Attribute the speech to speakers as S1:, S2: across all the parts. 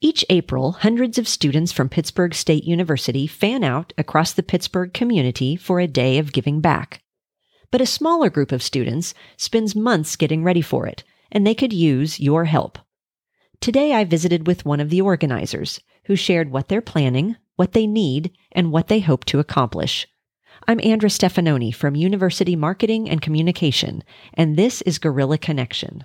S1: Each April, hundreds of students from Pittsburgh State University fan out across the Pittsburgh community for a day of giving back. But a smaller group of students spends months getting ready for it, and they could use your help. Today, I visited with one of the organizers who shared what they're planning, what they need, and what they hope to accomplish. I'm Andra Stefanoni from University Marketing and Communication, and this is Guerrilla Connection.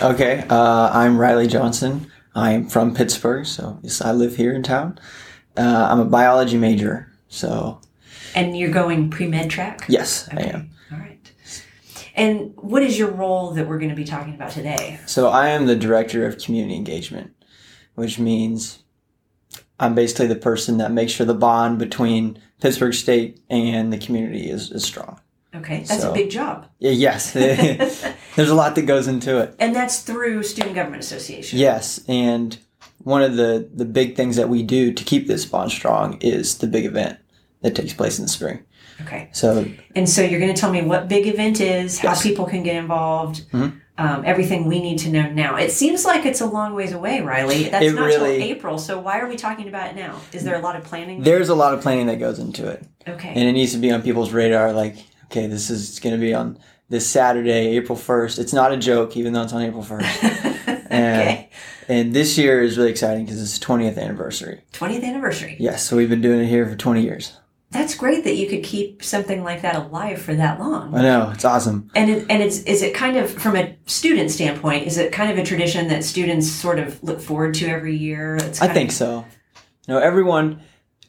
S2: Okay, uh, I'm Riley Johnson. I'm from Pittsburgh, so yes, I live here in town. Uh, I'm a biology major, so
S3: And you're going pre med track?
S2: yes, I am.
S3: All right. And what is your role that we're going to be talking about today?
S2: So I am the director of community engagement, which means I'm basically the person that makes sure the bond between Pittsburgh State and the community is, is strong.
S3: Okay, that's
S2: So-
S3: a big job.
S2: Yeah, yes, there's a lot that goes into it.
S3: And that's through Student Government Association.
S2: Yes, and one of the the big things that we do to keep this bond strong is the big event that takes place in the spring.
S3: Okay.
S2: So
S3: And so you're going to tell me what big event is, how
S2: Yes.
S3: people can get involved,
S2: Mhm.
S3: um, everything we need to know now. It seems like it's a long ways away, Riley. That's
S2: It
S3: not
S2: really-
S3: till April. So why are we talking about it now? Is there a lot of planning?
S2: there's a lot of planning that goes into it.
S3: okay.
S2: and it needs to be on people's radar like okay this is going to be on this saturday april 1st it's not a joke even though it's on april 1st and,
S3: okay.
S2: and this year is really exciting because it's the 20th anniversary
S3: 20th anniversary.
S2: yes so we've been doing it here for 20 years
S3: That's great that you could keep something like that alive for that long.
S2: i know it's awesome
S3: And it, and it's is it kind of from a student standpoint? Is it kind of a tradition that students sort of look forward to every year? It's
S2: i
S3: kind
S2: think
S3: of-
S2: so you know everyone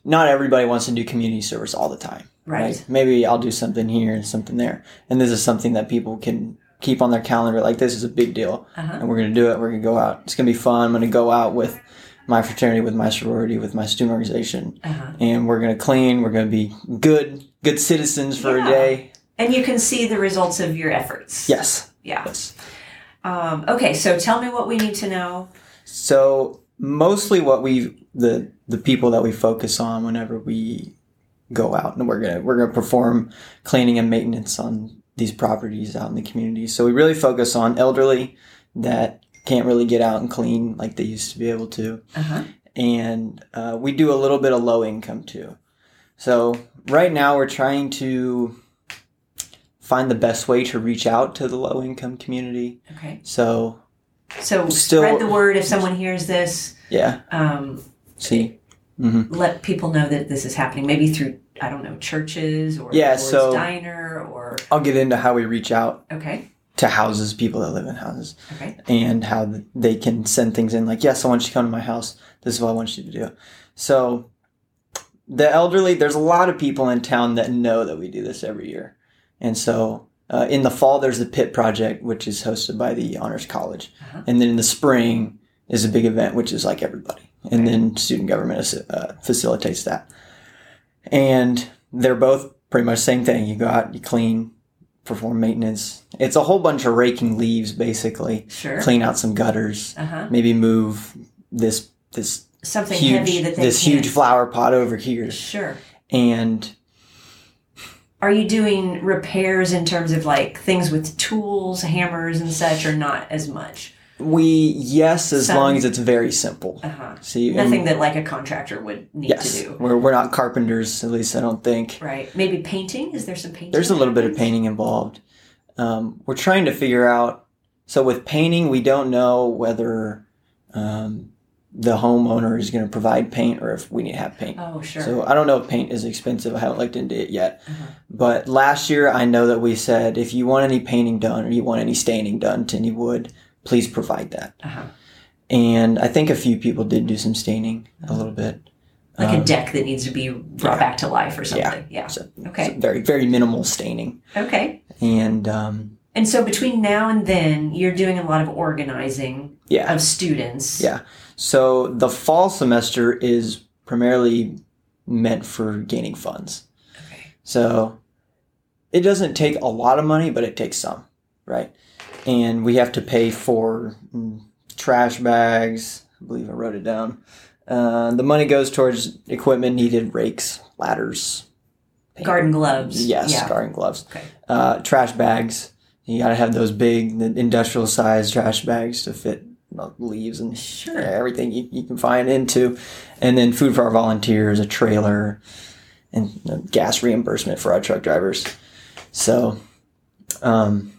S2: not everybody wants to do community service all the time
S3: Right.
S2: maybe i'll do something here and something there and this is something that people can keep on their calendar like this is a big deal
S3: Uh-huh.
S2: and we're gonna do it. We're gonna go out. It's gonna be fun. I'm gonna go out with my fraternity, with my sorority, with my student organization,
S3: Uh-huh.
S2: and we're gonna clean. We're gonna be good, good citizens for
S3: Yeah.
S2: a day.
S3: And you can see the results of your efforts.
S2: Yes,
S3: Yeah.
S2: yes.
S3: Um, okay. So tell me what we need to know.
S2: So mostly what we the the people that we focus on whenever we go out and we're gonna we're gonna perform cleaning and maintenance on these properties out in the community. So we really focus on elderly that can't really get out and clean like they used to be able to.
S3: Uh-huh.
S2: and uh, we do a little bit of low income too. So right now we're trying to find the best way to reach out to the low income community.
S3: Okay.
S2: So
S3: So
S2: Still-
S3: spread the word if someone hears this.
S2: yeah,
S3: Um,
S2: see, hmm
S3: let people know that this is happening. Maybe through I don't know churches or
S2: Yeah,
S3: the Lord's
S2: so-
S3: diner or
S2: I'll get into how we reach out
S3: okay.
S2: to houses, people that live in houses,
S3: Okay.
S2: and how th- they can send things in. Like yes, I want you to come to my house. This is what I want you to do. So the elderly, there's a lot of people in town that know that we do this every year. And so uh, in the fall, there's the Pitt Project, which is hosted by the Honors College.
S3: Uh-huh.
S2: And then in the spring is a big event, which is like everybody. And
S3: Okay.
S2: then student government is- uh, facilitates that. And they're both pretty much same thing. You go out, you clean, perform maintenance. It's a whole bunch of raking leaves, basically.
S3: Sure.
S2: Clean out some gutters,
S3: Uh huh.
S2: maybe move this this
S3: Something heavy
S2: huge
S3: that they
S2: this
S3: can't-
S2: huge flower pot over here.
S3: Sure.
S2: And
S3: Are you doing repairs in terms of like things with tools, hammers, and such, or not as much?
S2: we yes, as
S3: Some-
S2: long as it's very simple.
S3: Uh huh.
S2: See, and-
S3: Nothing that like a contractor would need
S2: yes,
S3: to do,
S2: we're we're not carpenters, at least I don't think.
S3: right? Maybe painting. Is there some painting?
S2: There's a little bit of
S3: happens?
S2: painting involved. Um, we're trying to figure out. So with painting, we don't know whether um, the homeowner is going to provide paint or if we need to have paint.
S3: Oh sure.
S2: So I don't know if paint is expensive. I haven't looked into it yet.
S3: Uh-huh.
S2: But last year, I know that we said if you want any painting done or you want any staining done to any wood, please provide that.
S3: uh-huh.
S2: And I think a few people did do some staining a
S3: Uh-huh.
S2: little bit.
S3: Like
S2: Um,
S3: a deck that needs to be brought
S2: yeah.
S3: back to life or something. Yeah.
S2: so-
S3: Okay.
S2: so very very minimal staining
S3: Okay.
S2: and um,
S3: And so between now and then, you're doing a lot of organizing
S2: yeah.
S3: of students.
S2: Yeah. So the fall semester is primarily meant for gaining funds.
S3: Okay.
S2: So it doesn't take a lot of money, but it takes some, right? And we have to pay for mm, trash bags. I believe I wrote it down. Uh, the money goes towards equipment needed rakes, ladders,
S3: Garden gloves.
S2: Yes,
S3: Yeah.
S2: garden gloves.
S3: Okay.
S2: Uh, trash bags. You got to have those big, the industrial size trash bags to fit uh, leaves and
S3: Sure.
S2: everything you, you can find into, and then food for our volunteers, a trailer, and uh, gas reimbursement for our truck drivers. So, um,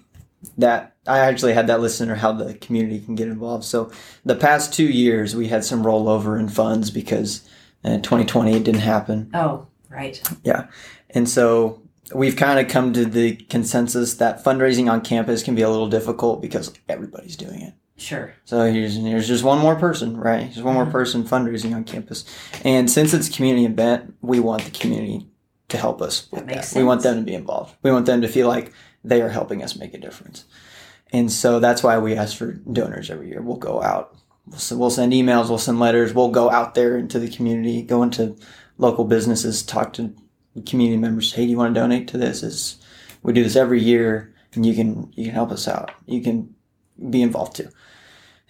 S2: that I actually had that listener how the community can get involved. So the past two years we had some rollover in funds because uh, 2020 it didn't happen.
S3: Oh, right.
S2: Yeah. And so we've kind of come to the consensus that fundraising on campus can be a little difficult because everybody's doing it.
S3: Sure.
S2: So here's here's just one more person, right? Just one more
S3: Mm-hmm.
S2: person fundraising on campus. And since it's a community event, we want the community to help us. with
S3: That makes
S2: We want
S3: sense.
S2: them to be involved. We want them to feel like they are helping us make a difference. And so that's why we ask for donors every year. We'll go out. We'll s- We'll send emails. We'll send letters. We'll go out there into the community, go into local businesses, talk to community members. Hey, do you want to donate to this? It's, we do this every year, and you can you can help us out. You can be involved too.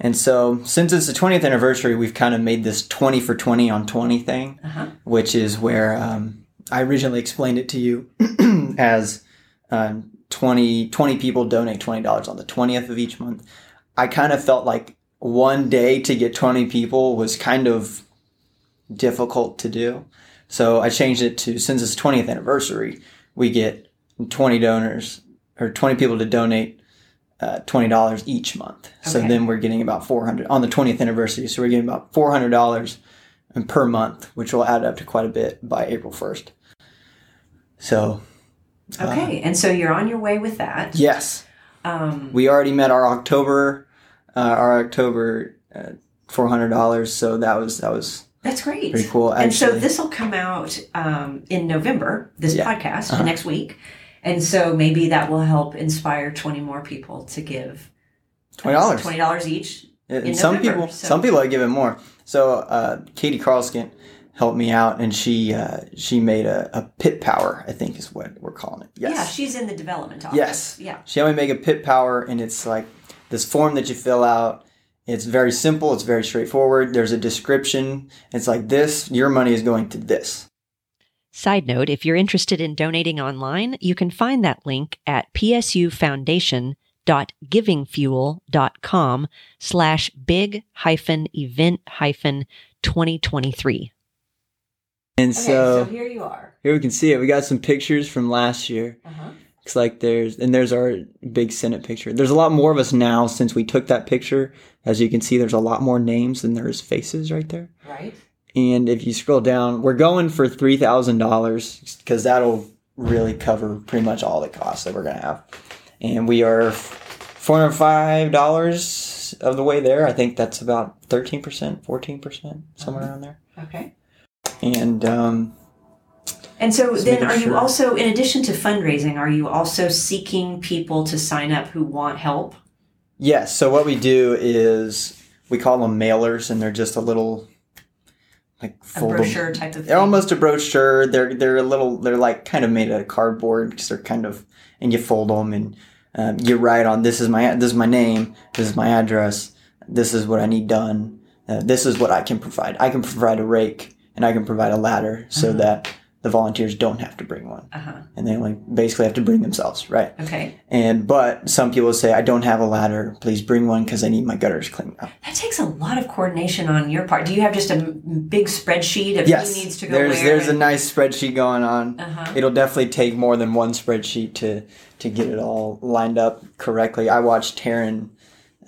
S2: And so, since it's the 20th anniversary, we've kind of made this 20 for 20 on 20 thing,
S3: Uh-huh.
S2: which is where um, I originally explained it to you as um, 20, 20 people donate $20 on the 20th of each month. I kind of felt like one day to get 20 people was kind of difficult to do. So, I changed it to since it's 20th anniversary, we get 20 donors or 20 people to donate uh, twenty dollars each month. So
S3: Okay.
S2: then we're getting about four hundred on the twentieth anniversary. So we're getting about four hundred dollars per month, which will add up to quite a bit by April first. So Uh,
S3: Okay. and so you're on your way with that.
S2: yes,
S3: Um,
S2: we already met our October uh, our October uh, four hundred dollars. So that was that was
S3: that's great.
S2: pretty cool. Actually.
S3: And so this will come out um, in November, this
S2: Yeah.
S3: podcast
S2: Uh-huh.
S3: next week. And so maybe that will help inspire 20 more people to give
S2: twenty dollars.
S3: $20 each.
S2: And
S3: in
S2: Uh, some
S3: November,
S2: people,
S3: so-
S2: some people are giving more. So uh, Katie Carlskin helped me out, and she uh, she made a, a pit power. I think is what we're calling it. Yes.
S3: Yeah, she's in the development office.
S2: Yes.
S3: Yeah.
S2: She helped me make a pit power, and it's like this form that you fill out. It's very simple. It's very straightforward. There's a description. It's like this. Your money is going to this.
S1: Side note if you're interested in donating online, you can find that link at psufoundation.givingfuel.com slash big hyphen event hyphen 2023.
S2: And
S3: Okay, so,
S2: so
S3: here you are.
S2: here we can see it. We got some pictures from last year.
S3: Uh-huh.
S2: It's like there's and there's our big Senate picture. There's a lot more of us now since we took that picture. As you can see, there's a lot more names than there is faces right there.
S3: Right?
S2: And if you scroll down, we're going for three thousand dollars because that'll really cover pretty much all the costs that we're gonna have. And we are four hundred five dollars of the way there. I think that's about thirteen percent, fourteen percent, somewhere around there.
S3: Okay.
S2: And um,
S3: And so
S2: Just
S3: then
S2: making
S3: are you
S2: sure.
S3: also, in addition to fundraising, are you also seeking people to sign up who want help?
S2: Yes. So what we do is we call them mailers, and they're just a little like
S3: A
S2: foldable-
S3: brochure type of thing?
S2: They're almost a brochure. They're they're a little. They're like kind of made out of cardboard because they're kind of and you fold them and um, you write on this is my this is my name. This is my address. This is what I need done. Uh, this is what I can provide. I can provide a rake and I can provide a ladder so
S3: Uh-huh.
S2: that the volunteers don't have to bring one
S3: Uh-huh.
S2: and they only basically have to bring themselves, right?
S3: Okay.
S2: And but some people say I don't have a ladder. Please bring one because I need my gutters cleaned up.
S3: That takes a lot of coordination on your part. Do you have just a m- big spreadsheet of
S2: Yes,
S3: who needs to go
S2: there's
S3: where?
S2: there's a
S3: and-
S2: nice spreadsheet going on.
S3: Uh-huh.
S2: It'll definitely take more than one spreadsheet to to get it all lined up correctly. I watched Taryn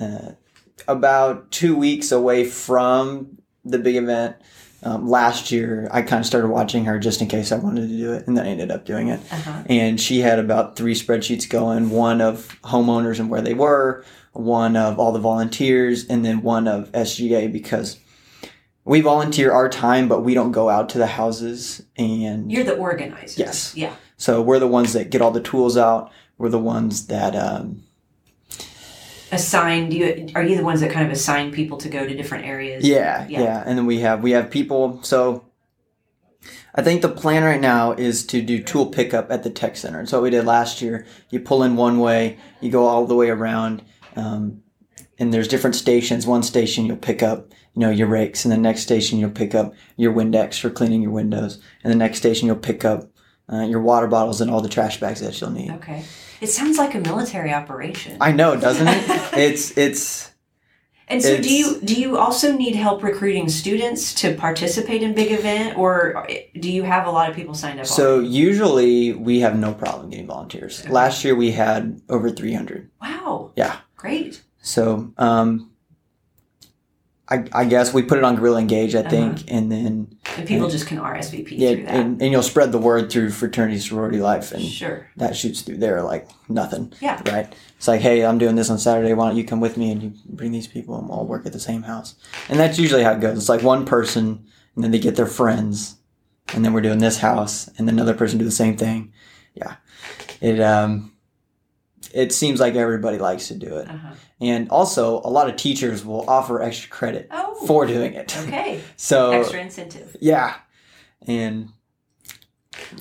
S2: uh, about two weeks away from the big event um, last year. I kind of started watching her just in case I wanted to do it, and then I ended up doing it.
S3: Uh-huh.
S2: and she had about three spreadsheets going one of homeowners and where they were one of all the volunteers and then one of sga because we volunteer our time but we don't go out to the houses and
S3: You're the organizer.
S2: Yes.
S3: Yeah.
S2: so we're the ones that get all the tools out we're the ones that um,
S3: Assign do you are you the ones that kind of assign people to go to different areas?
S2: yeah,
S3: Yeah.
S2: yeah and then we have we have people so i think the plan right now is to do tool pickup at the tech center it's what we did last year you pull in one way you go all the way around um, and there's different stations one station you'll pick up you know your rakes and the next station you'll pick up your windex for cleaning your windows and the next station you'll pick up uh, your water bottles and all the trash bags that you'll need
S3: Okay. It sounds like a military operation.
S2: i know doesn't it it's it's
S3: And so, do
S2: It's-
S3: you do you also need help recruiting students to participate in big event, or do you have a lot of people signed up?
S2: So
S3: already?
S2: usually we have no problem getting volunteers. Last year we had over 300.
S3: wow,
S2: Yeah.
S3: great.
S2: So um, I, I guess we put it on Gorilla Engage, I think, and then
S3: And people just can RSVP
S2: yeah,
S3: Uh-huh. through that.
S2: and, and you'll spread the word through fraternity sorority life, and
S3: sure.
S2: that shoots through there like nothing,
S3: Yeah.
S2: right? It's like, hey, I'm doing this on Saturday. Why don't you come with me and you bring these people and we'll work at the same house? And that's usually how it goes. It's like one person, and then they get their friends, and then we're doing this house, and then another person do the same thing. Yeah, it um, it seems like everybody likes to do it.
S3: Uh-huh.
S2: And also, a lot of teachers will offer extra credit
S3: Oh.
S2: for doing it.
S3: Okay.
S2: So,
S3: Extra incentive.
S2: yeah. And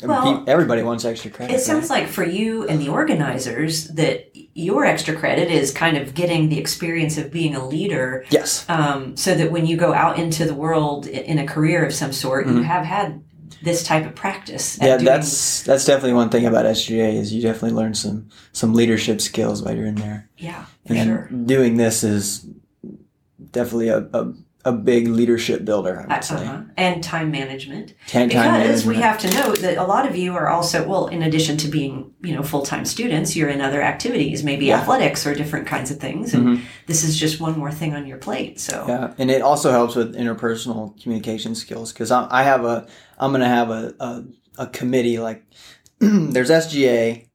S2: and
S3: Well,
S2: pe- everybody wants extra credit.
S3: It sounds like for you and the organizers that your extra credit is kind of getting the experience of being a leader
S2: right? Yes.
S3: um, so that when you go out into the world i- in a career of some sort, you
S2: Mhm.
S3: have had this type of practice. at
S2: Yeah,
S3: doing-
S2: that's that's definitely one thing about SGA is you definitely learn some some leadership skills while you're in there.
S3: yeah, for
S2: And
S3: sure.
S2: doing this is definitely a, a, a big leadership builder, I would
S3: Uh,
S2: say.
S3: uh-huh. And time management.
S2: Time- time
S3: Because we
S2: management.
S3: have to note that a lot of you are also, well, in addition to being, you know, full time students, you're in other activities, maybe
S2: Yeah.
S3: athletics or different kinds of things. And this is just one more thing on your plate. So,
S2: Mm-hmm. Yeah, and it also helps with interpersonal communication skills because I, I have a I'm gonna have a a, a committee like there's SGA,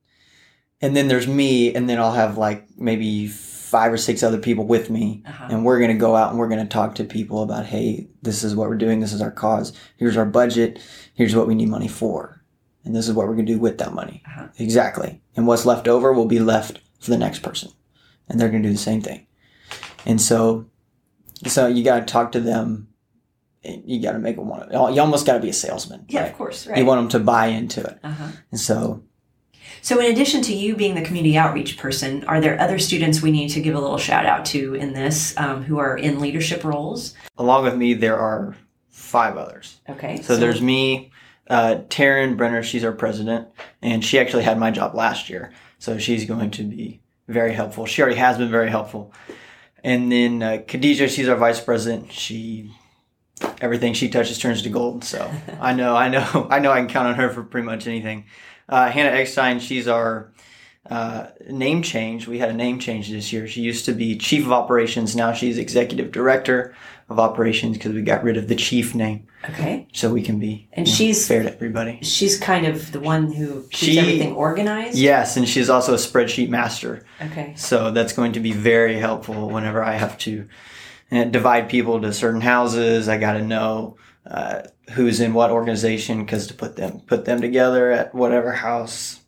S2: and then there's me, and then I'll have like maybe five or six other people with me,
S3: Uh-huh.
S2: and we're gonna go out and we're gonna talk to people about hey, this is what we're doing, this is our cause, here's our budget, here's what we need money for, and this is what we're gonna do with that money
S3: Uh-huh.
S2: exactly, and what's left over will be left for the next person, and they're gonna do the same thing, and so so you got to talk to them. and You got to make them want to. You almost got to be a salesman.
S3: yeah,
S2: right?
S3: of course, right.
S2: You want them to buy into it.
S3: uh-huh.
S2: And so,
S3: So, in addition to you being the community outreach person, are there other students we need to give a little shout out to in this um, who are in leadership roles?
S2: along with me, there are five others.
S3: Okay.
S2: So there's me, uh, Taryn Brenner. She's our president, and she actually had my job last year. So she's going to be very helpful. She already has been very helpful. And then uh, Khadija, she's our vice president. She everything she touches turns to gold. So I know, I know, I know, I can count on her for pretty much anything. Uh, Hannah Eckstein, she's our uh, name change. We had a name change this year. She used to be chief of operations. Now she's executive director of operations because we got rid of the chief name
S3: Okay.
S2: so we can be
S3: And
S2: you know,
S3: she's-
S2: fair to everybody.
S3: She's kind of the one who keeps
S2: She-
S3: everything organized.
S2: Yes, and she's also a spreadsheet master,
S3: Okay.
S2: so that's going to be very helpful whenever I have to uh, divide people to certain houses. I got to know uh, who's in what organization because to put them put them together at whatever house.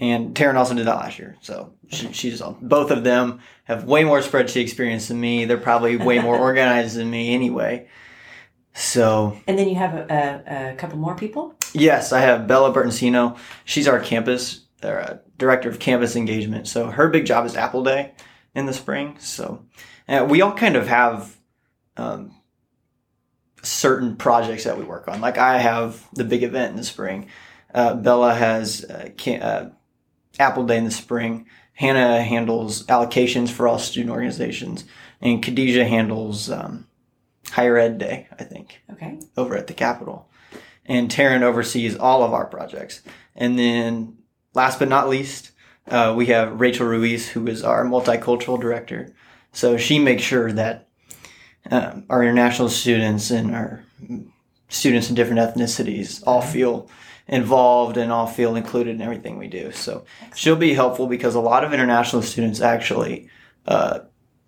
S2: And Taryn also did that last year, so she, she's on. Both of them have way more spreadsheet experience than me. They're probably way more organized than me anyway. So
S3: And then you have a, a, a couple more people.
S2: Yes, I have Bella Bertensino. She's our campus or, uh, director of campus engagement. So her big job is Apple Day in the spring. So uh, we all kind of have um, certain projects that we work on. Like I have the big event in the spring. Uh, Bella has uh, ca- uh, Apple Day in the spring. Hannah handles allocations for all student organizations, and Khadija handles um, higher ed day. I think
S3: Okay.
S2: over at the Capitol. And Taryn oversees all of our projects. And then, last but not least, uh, we have Rachel Ruiz, who is our multicultural director. So she makes sure that um, our international students and our students in different ethnicities all feel involved and all feel included in everything we do. So she'll be helpful because a lot of international students actually uh,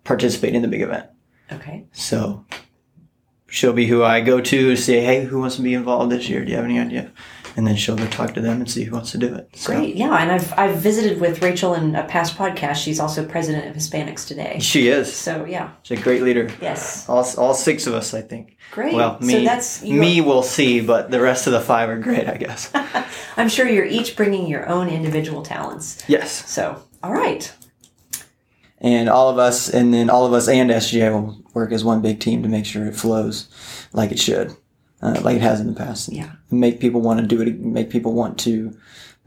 S2: participate in the big event.
S3: Okay.
S2: So she'll be who I go to to say, hey, who wants to be involved this year? Do you have any idea? And then she'll go talk to them and see who wants to do it. So
S3: Great. Yeah. And I've, I've visited with Rachel in a past podcast. She's also president of Hispanics Today.
S2: she is.
S3: So, yeah.
S2: She's a great leader.
S3: Yes.
S2: All, all six of us, I think.
S3: Great.
S2: Well, me,
S3: so that's you
S2: me we'll see, but the rest of the five are great, I guess.
S3: I'm sure you're each bringing your own individual talents.
S2: yes.
S3: So, all right.
S2: And all of us, and then all of us and SGA will work as one big team to make sure it flows like it should, uh, like it has in the past.
S3: Yeah.
S2: Make people want to do it, make people want to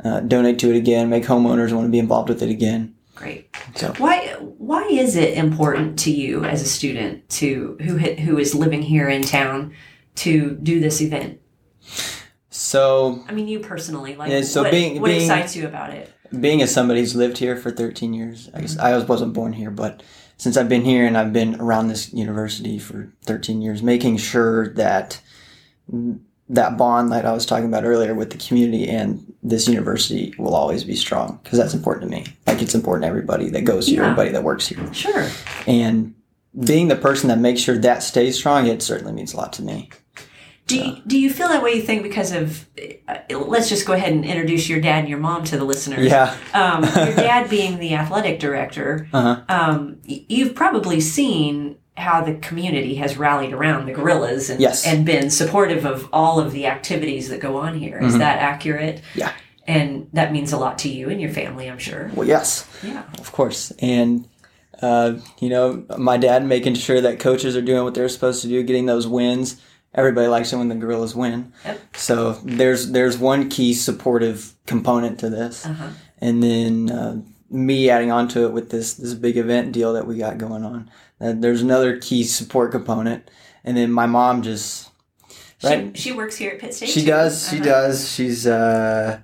S2: uh, donate to it again, make homeowners want to be involved with it again.
S3: Great.
S2: So
S3: Why why is it important to you as a student to who ha- who is living here in town to do this event?
S2: so
S3: I mean, you personally, like,
S2: Yeah, so
S3: what,
S2: being-
S3: what
S2: being-
S3: excites you about it?
S2: being as somebody who's lived here for 13 years, I guess I was- wasn't born here, but since I've been here and I've been around this university for 13 years, making sure that that bond that I was talking about earlier with the community and this university will always be strong because that's important to me. Like it's important to everybody that goes here,
S3: Yeah.
S2: everybody that works here.
S3: Sure.
S2: And being the person that makes sure that stays strong, it certainly means a lot to me.
S3: Do you, do you feel that way? You think because of? Uh, let's just go ahead and introduce your dad and your mom to the listeners.
S2: Yeah.
S3: Um, your dad being the athletic director,
S2: Uh-huh.
S3: um, y- you've probably seen how the community has rallied around the gorillas and,
S2: Yes.
S3: and been supportive of all of the activities that go on here. Is
S2: Mhm.
S3: that accurate?
S2: Yeah.
S3: And that means a lot to you and your family, I'm sure.
S2: Well, yes.
S3: Yeah.
S2: Of course. And, uh, you know, my dad making sure that coaches are doing what they're supposed to do, getting those wins. Everybody likes it when the gorillas win.
S3: Yep.
S2: So there's there's one key supportive component to this,
S3: Uh-huh.
S2: and then uh, me adding on to it with this this big event deal that we got going on. Uh, there's another key support component, and then my mom just Right.
S3: She, she works here at Pitt State.
S2: she
S3: too.
S2: does she
S3: Uh-huh.
S2: does she's uh,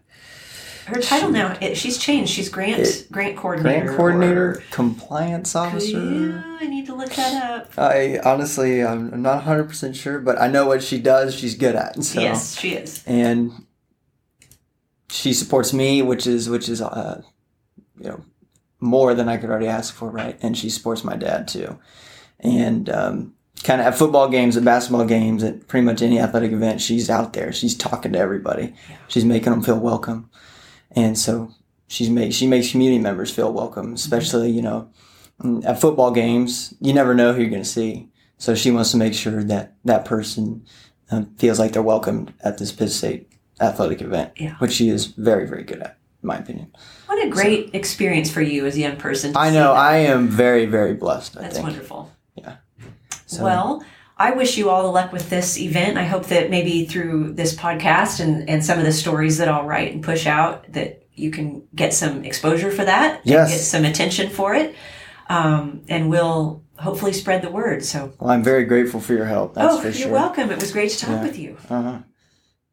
S3: Her title now, it, she's changed. She's grant
S2: It-
S3: grant coordinator.
S2: grant
S3: or-
S2: coordinator, compliance officer.
S3: Yeah, I need to look that up.
S2: I honestly, I'm I'm not 100% sure, but I know what she does, she's good at. So.
S3: Yes, she is.
S2: And she supports me, which is, which is, uh, you know, more than I could already ask for, right? And she supports my dad too. And, um, kind of at football games, at basketball games, at pretty much any athletic event, she's out there. She's talking to everybody. She's making them feel welcome. And so she's make, she makes community members feel welcome, especially, you know, at football games, you never know who you're going to see. So she wants to make sure that that person um, feels like they're welcomed at this Pitt State athletic event,
S3: Yeah.
S2: which she is very, very good at, in my opinion.
S3: What a great experience for you as a young person. to
S2: I
S3: see
S2: know
S3: that.
S2: I am very, very blessed. I
S3: That's
S2: think.
S3: wonderful.
S2: Yeah. So-
S3: Well, I wish you all the luck with this event. I hope that maybe through this podcast and, and some of the stories that I'll write and push out that you can get some exposure for that.
S2: Yes.
S3: And get some attention for it. Um, and we'll hopefully spread the word. So,
S2: Well, I'm very grateful for your help. That's
S3: oh,
S2: for
S3: you're
S2: sure.
S3: welcome. It was great to talk
S2: Yeah.
S3: with you.
S2: Uh-huh.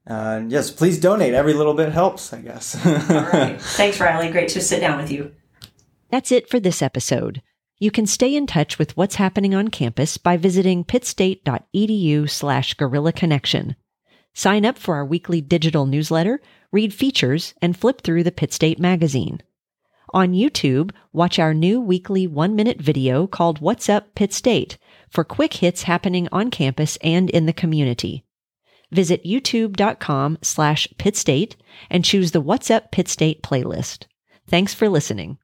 S2: Uh, yes, please donate. Every little bit helps, I guess.
S3: All right. Thanks, Riley. Great to sit down with you.
S1: That's it for this episode. You can stay in touch with what's happening on campus by visiting pittstate.edu slash gorilla connection. Sign up for our weekly digital newsletter, read features, and flip through the Pitt State magazine. On YouTube, watch our new weekly one minute video called What's Up Pitt State for quick hits happening on campus and in the community. Visit youtube.com slash pittstate and choose the What's Up Pitt State playlist. Thanks for listening.